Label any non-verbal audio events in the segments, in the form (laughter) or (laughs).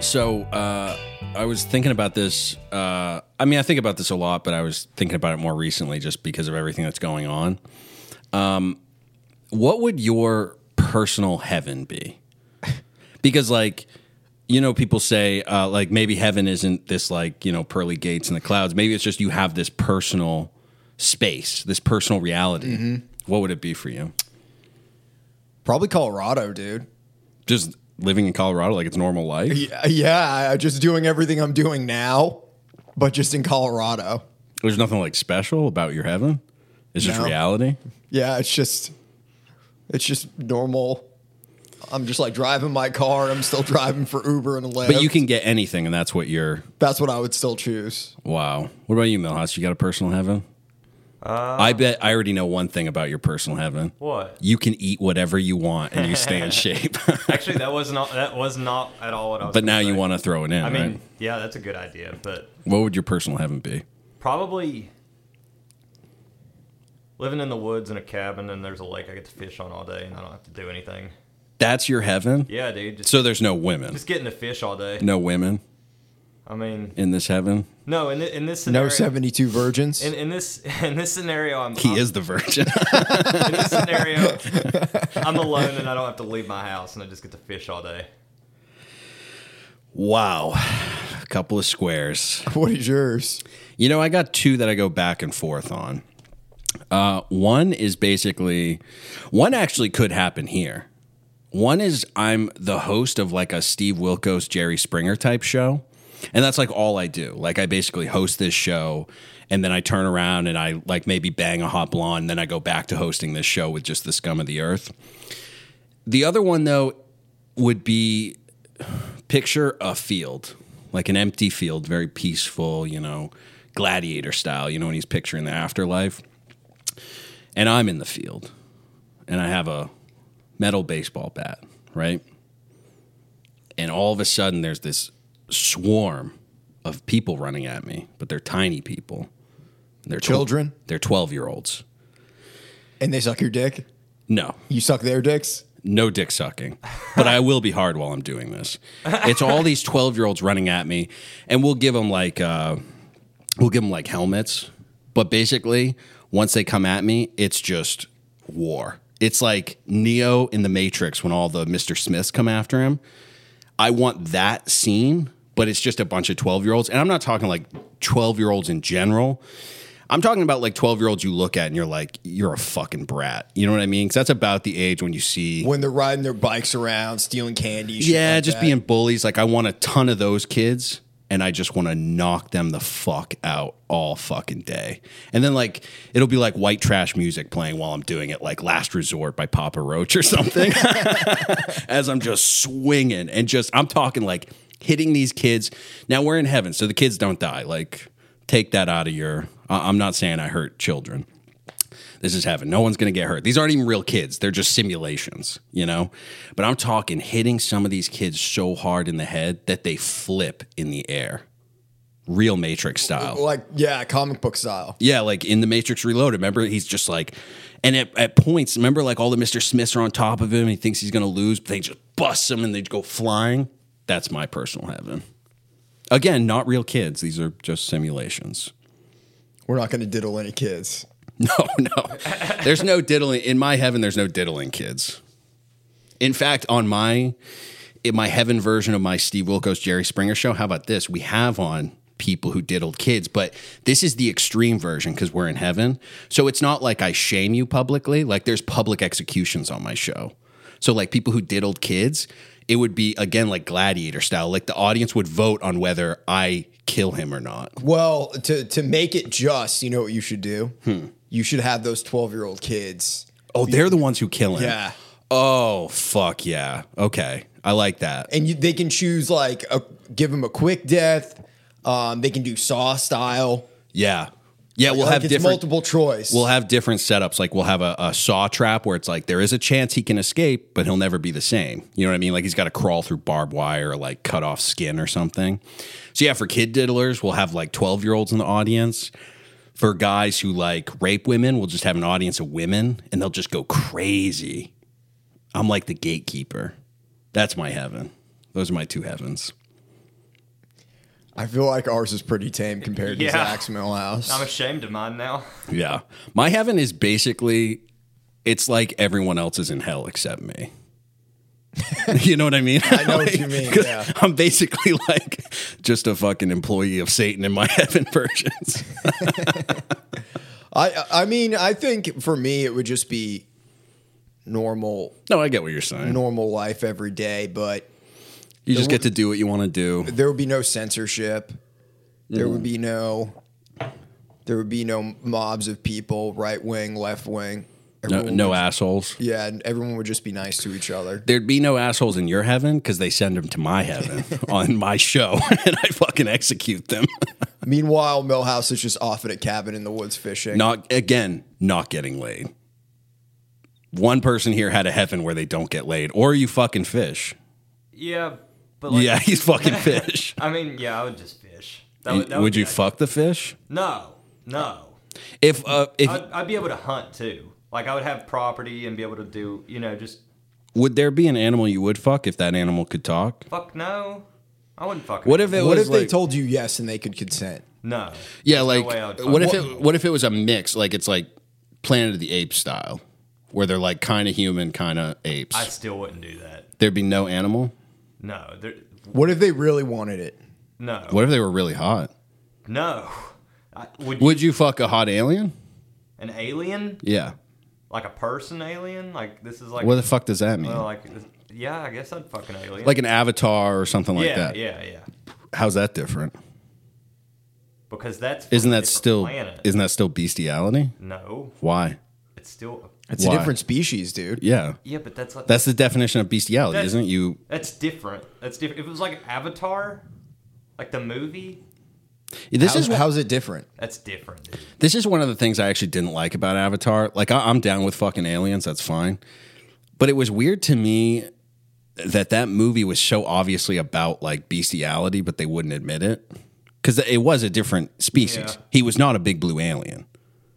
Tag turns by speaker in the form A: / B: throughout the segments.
A: So uh, I was thinking about this. Uh, I mean, I think about this a lot, but I was thinking about it more recently just because of everything that's going on. Um, what would your personal heaven be? Because, like, you know, people say, uh, like, maybe heaven isn't this, like, you know, pearly gates in the clouds. Maybe it's just you have this personal space, this personal reality. What would it be for you?
B: Probably Colorado, dude.
A: Just living in Colorado, like, it's normal life?
B: Yeah, yeah, I- just doing everything I'm doing now, but just in Colorado.
A: There's nothing like special about your heaven. It's just
B: No.
A: reality.
B: Yeah, it's just it's just normal. I'm just like driving my car. I'm still driving for Uber and Lyft.
A: But you can get anything, and that's what you're.
B: That's what I would still choose.
A: Wow. What about you, Milhouse? You got a personal heaven?
C: Uh.
A: I bet I already know one thing about your personal heaven.
C: What?
A: You can eat whatever you want and you
C: (laughs)
A: stay in shape. (laughs)
C: Actually, that was not that was not at all what I was.
A: but
C: gonna
A: now you
C: say.
A: want to throw it in,
C: I mean,
A: right?
C: yeah, that's a good idea, but
A: What would your personal heaven be?
C: probably living in the woods in a cabin and there's a lake I get to fish on all day and I don't have to do anything.
A: That's your heaven?
C: Yeah, dude, just
A: So there's no women.
C: just getting to fish all day.
A: No women
C: I mean,
A: in this heaven.
C: no, in, thi- in this scenario,
B: No 72 virgins.
C: In, in this (laughs) in this scenario, I'm
A: He
C: I'm-
A: is the virgin. (laughs)
C: in this scenario, I'm alone and I don't have to leave my house and I just get to fish all day.
A: wow. A couple of squares.
B: (laughs) what is yours?
A: You know, I got two that I go back and forth on. Uh, one is basically, one actually could happen here. One is I'm the host of like a Steve Wilkos, Jerry Springer type show. And that's like all I do. Like I basically host this show and then I turn around and I like maybe bang a hot blonde. And then I go back to hosting this show with just the scum of the earth. The other one though would be picture a field, like an empty field, very peaceful, you know, gladiator style, you know, when he's picturing the afterlife. And I'm in the field and I have a metal baseball bat, right? And all of a sudden there's this swarm of people running at me, but they're tiny people. They're tw-
B: Children?
A: they're 12 year olds.
B: And they suck your dick?
A: No,
B: You suck their dicks?
A: no dick sucking, but I will be hard while I'm doing this. It's all these 12 year olds running at me, and we'll give them like, uh, we'll give them like helmets. But basically, once they come at me, it's just war. It's like Neo in the Matrix when all the Mr. Smiths come after him. I want that scene, but it's just a bunch of 12 year olds. And I'm not talking like 12 year olds in general. I'm talking about like 12 year olds you look at and you're like, you're a fucking brat. You know what I mean? Because that's about the age when you see
B: When they're riding their bikes around, stealing candy. shit
A: yeah,
B: like
A: just
B: that.
A: being bullies. Like I want a ton of those kids, and I just want to knock them the fuck out all fucking day. And then like it'll be like white trash music playing while I'm doing it, like Last Resort by Papa Roach or something, (laughs) as I'm just swinging and just I'm talking like hitting these kids. Now we're in heaven, so the kids don't die. Like take that out of your. I- I'm not saying I hurt children this is heaven. No one's going to get hurt. These aren't even real kids. They're just simulations, you know? But I'm talking hitting some of these kids so hard in the head that they flip in the air. Real Matrix style.
B: like, yeah, comic book style.
A: Yeah, like in the Matrix Reloaded. Remember, he's just like, and at, at points, remember, like all the Mr. Smiths are on top of him. And he thinks he's going to lose, but they just bust him and they go flying. That's my personal heaven. Again, not real kids. These are just simulations.
B: We're not going to diddle any kids.
A: (laughs) No, Oh, no. There's no diddling in my heaven. There's no diddling kids. In fact, on my in my heaven version of my Steve Wilkos Jerry Springer show, how about this? We have on people who diddled kids, but this is the extreme version because we're in heaven. So it's not like I shame you publicly. Like there's public executions on my show. So like people who diddled kids, it would be again like gladiator style. Like the audience would vote on whether I kill him or not.
B: Well, to to make it just, you know what you should do?
A: Hmm.
B: You should have those 12 year old kids.
A: Oh, they're the ones who kill him.
B: Yeah.
A: Oh, fuck yeah. Okay. I like that.
B: And you, they can choose, like, a, give them a quick death. Um, they can do Saw style.
A: Yeah. Yeah, we'll
B: Like,
A: have
B: it's
A: different
B: multiple choice.
A: we'll have different setups. Like we'll have a, a saw trap where it's like there is a chance he can escape, but he'll never be the same. You know what I mean? Like he's got to crawl through barbed wire or like cut off skin or something. So yeah, for kid diddlers, we'll have like 12 year olds in the audience. For guys who like rape women, we'll just have an audience of women and they'll just go crazy. I'm like the gatekeeper. That's my heaven. Those are my two heavens.
B: I feel like ours is pretty tame compared to
C: Yeah.
B: Zach's mill house.
C: I'm ashamed of mine now.
A: Yeah. My heaven is basically it's like everyone else is in hell except me. (laughs) you know what I mean? I
B: know what you mean, yeah.
A: I'm basically like just a fucking employee of Satan in my (laughs) heaven versions.
B: I I mean, I think for me it would just be normal
A: no, I get what you're saying.
B: normal life every day, but
A: You just get to do what you want to do.
B: there would be no censorship. There
A: Mm-hmm.
B: would be no there would be no mobs of people, right wing, left wing.
A: No,
B: Everyone
A: no
B: would-
A: assholes.
B: Yeah, and everyone would just be nice to each other.
A: There'd be no assholes in your heaven because they send them to my
B: (laughs)
A: heaven on my show (laughs) and I fucking execute them.
B: Meanwhile, Millhouse is just off at a cabin in the woods fishing.
A: not again not getting laid one person here had a heaven where they don't get laid or you fucking fish
C: Yeah, but like,
A: yeah (laughs) he's
C: (laughs)
A: fucking fish
C: I mean, yeah, I would just fish. That
A: would,
C: that be
A: you
C: ideal.
A: fuck the fish
C: No, no.
A: if uh if
C: I'd, I'd be able to hunt too. Like I would have property and be able to do, you know, just
A: would there be an animal you would fuck if that animal could talk
C: fuck no. I wouldn't fuck.
A: what if it
B: what
A: was
B: if they
A: like-
B: told you yes and they could consent?
C: No.
A: yeah
C: There's
A: like
C: no way I would fuck
A: what if
C: one.
A: it what if it was a mix like it's like planet of the apes style where they're like kind of human kind of apes
C: I still wouldn't do that.
A: there'd be no animal
C: No. There,
B: What if they really wanted it?
C: no.
A: what if they were really hot
C: No. I, would, you
A: would you fuck a hot alien
C: an alien?
A: yeah
C: Like a person alien? Like this is like
A: what the fuck does that mean
C: well, like this- yeah, I guess I'd fuck an alien.
A: like an avatar or something like
C: yeah,
A: that.
C: yeah, yeah.
A: How's that different?
C: Because that's from
A: Isn't
C: a
A: that
C: different
A: still
C: planet.
A: isn't that still bestiality?
C: no?
A: Why?
C: It's still
B: It's
A: Why?
B: a different species, dude.
A: Yeah,
C: yeah, but that's like,
A: that's the definition of bestiality,
C: That-
A: isn't it? You
C: that's different. That's different. If it was like Avatar, like the movie,
A: this
B: How's-
A: is
B: how's it different?
C: that's different. dude.
A: this is one of the things I actually didn't like about Avatar. Like I, I'm down with fucking aliens, that's fine, but it was weird to me that that movie was so obviously about like bestiality, but they wouldn't admit it because it was a different species.
C: Yeah.
A: He was not a big blue alien.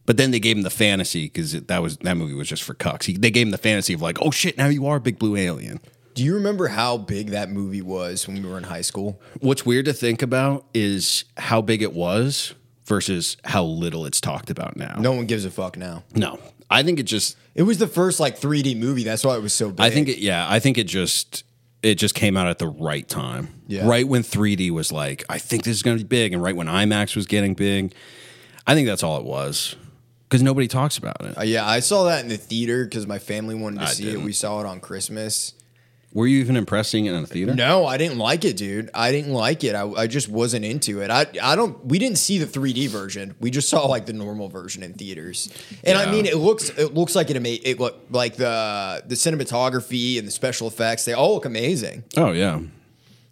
A: But then they gave him the fantasy because that was that movie was just for cucks. He, they gave him the fantasy of like, oh shit, now you are a big blue alien.
B: Do you remember how big that movie was when we were in high school?
A: What's weird to think about is how big it was versus how little it's talked about now.
B: No one gives a fuck now.
A: no, I think it just
B: It was the first like 3D movie. That's why it was so big.
A: I think it, yeah, I think it just it just came out at the right time.
B: Yeah.
A: Right when 3D was like, I think this is going to be big and right when IMAX was getting big. I think that's all it was cuz nobody talks about it.
B: Uh, yeah, I saw that in the theater because my family wanted to
A: I
B: see
A: didn't.
B: it. We saw it on Christmas.
A: Were you even impressed seeing it in a theater?
B: No, I didn't like it, dude. I didn't like it. I, I just wasn't into it. I I don't. We didn't see the 3D version. We just saw like the normal version in theaters. And I
A: Yeah.
B: mean, it looks it looks like it ama- it look like the the cinematography and the special effects. They all look amazing.
A: Oh yeah.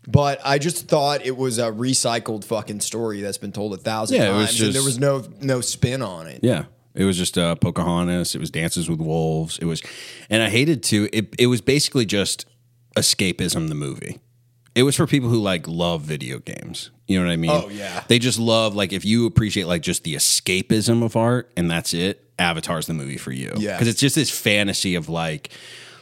B: But I just thought it was a recycled fucking story that's been told a thousand
A: Yeah, it
B: times,
A: was
B: and there
A: just-
B: was no no spin on it.
A: Yeah. It was just uh, Pocahontas. It was Dances with Wolves. It was, and I hated to. It, it was basically just escapism, the movie. It was for people who like love video games. You know what I mean?
B: Oh, yeah.
A: (laughs) They just love, like, if you appreciate, like, just the escapism of art and that's it, Avatar's the movie for you.
B: Yeah.
A: Because it's just this fantasy of, like,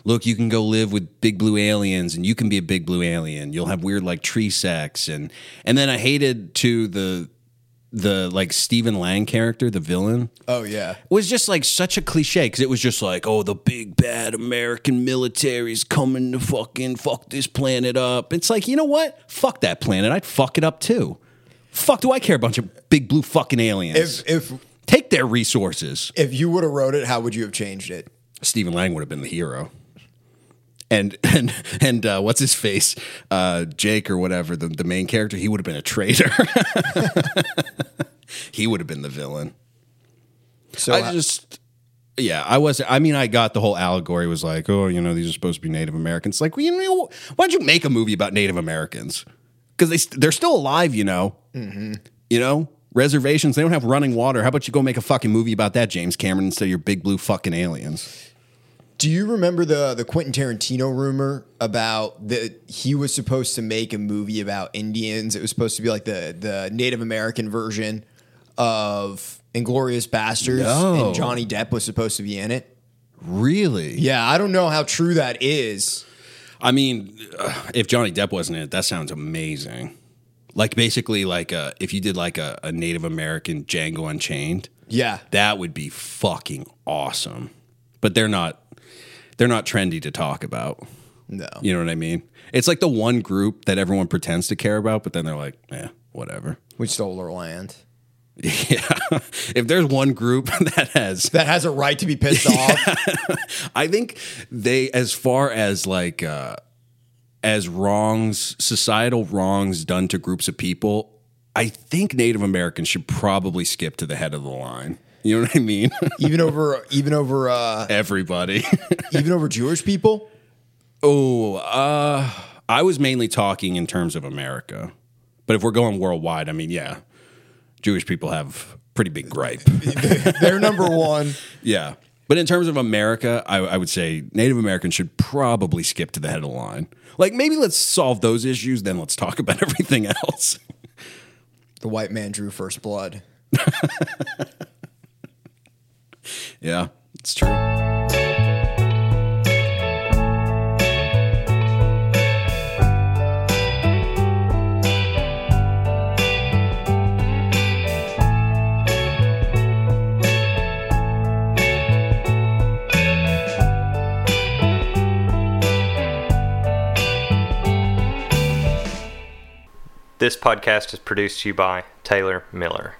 A: look, you can go live with big blue aliens and you can be a big blue alien. You'll have weird, like, tree sex. And, and then I hated to the, the like Stephen Lang character, the villain,
B: Oh yeah.
A: was just like such a cliche because it was just like, oh, the big bad American military's coming to fucking fuck this planet up. It's like, you know what? Fuck that planet. I'd fuck it up too. Fuck, do I care a bunch of big blue fucking aliens?
B: If if
A: Take their resources.
B: if you would have wrote it, how would you have changed it?
A: Stephen Lang would have been the hero. And (laughs) and and uh, what's his face, uh, Jake or whatever the, the main character, he would have been a traitor. (laughs) he would have been the villain.
B: So
A: I just, yeah, I was. I mean, I got the whole allegory was like, oh, you know, these are supposed to be Native Americans. Like, well, you know, why don't you make a movie about Native Americans? Because they st- they're still alive, you know. You know, reservations. They don't have running water. How about you go make a fucking movie about that, James Cameron, instead of your big blue fucking aliens?
B: Do you remember the the Quentin Tarantino rumor about that he was supposed to make a movie about Indians? It was supposed to be like the the Native American version of Inglorious Bastards,
A: No.
B: and Johnny Depp was supposed to be in it.
A: Really?
B: Yeah, I don't know how true that is.
A: I mean, uh, if Johnny Depp wasn't in it, that sounds amazing. Like basically, like a, if you did like a, a Native American Django Unchained,
B: Yeah.
A: that would be fucking awesome. But they're not, they're not trendy to talk about.
B: No.
A: You know what I mean? It's like the one group that everyone pretends to care about, but then they're like, eh, whatever. (laughs)
B: We stole our land.
A: Yeah. if there's one group (laughs) that has
B: That has a right to be pissed off.
A: I think they, as far as like uh, as wrongs, societal wrongs done to groups of people, I think Native Americans should probably skip to the head of the line. You know what I mean? (laughs)
B: Even over even over uh
A: Everybody. (laughs)
B: even over Jewish people.
A: oh, uh, I was mainly talking in terms of America, but if we're going worldwide, I mean, yeah, Jewish people have pretty big gripe.
B: They're number one.
A: Yeah. But in terms of America, I, I would say Native Americans should probably skip to the head of the line. Like maybe let's solve those issues, then let's talk about (laughs) everything else.
B: The white man drew first blood.
A: yeah, it's true.
C: This podcast is produced to you by Taylor Miller.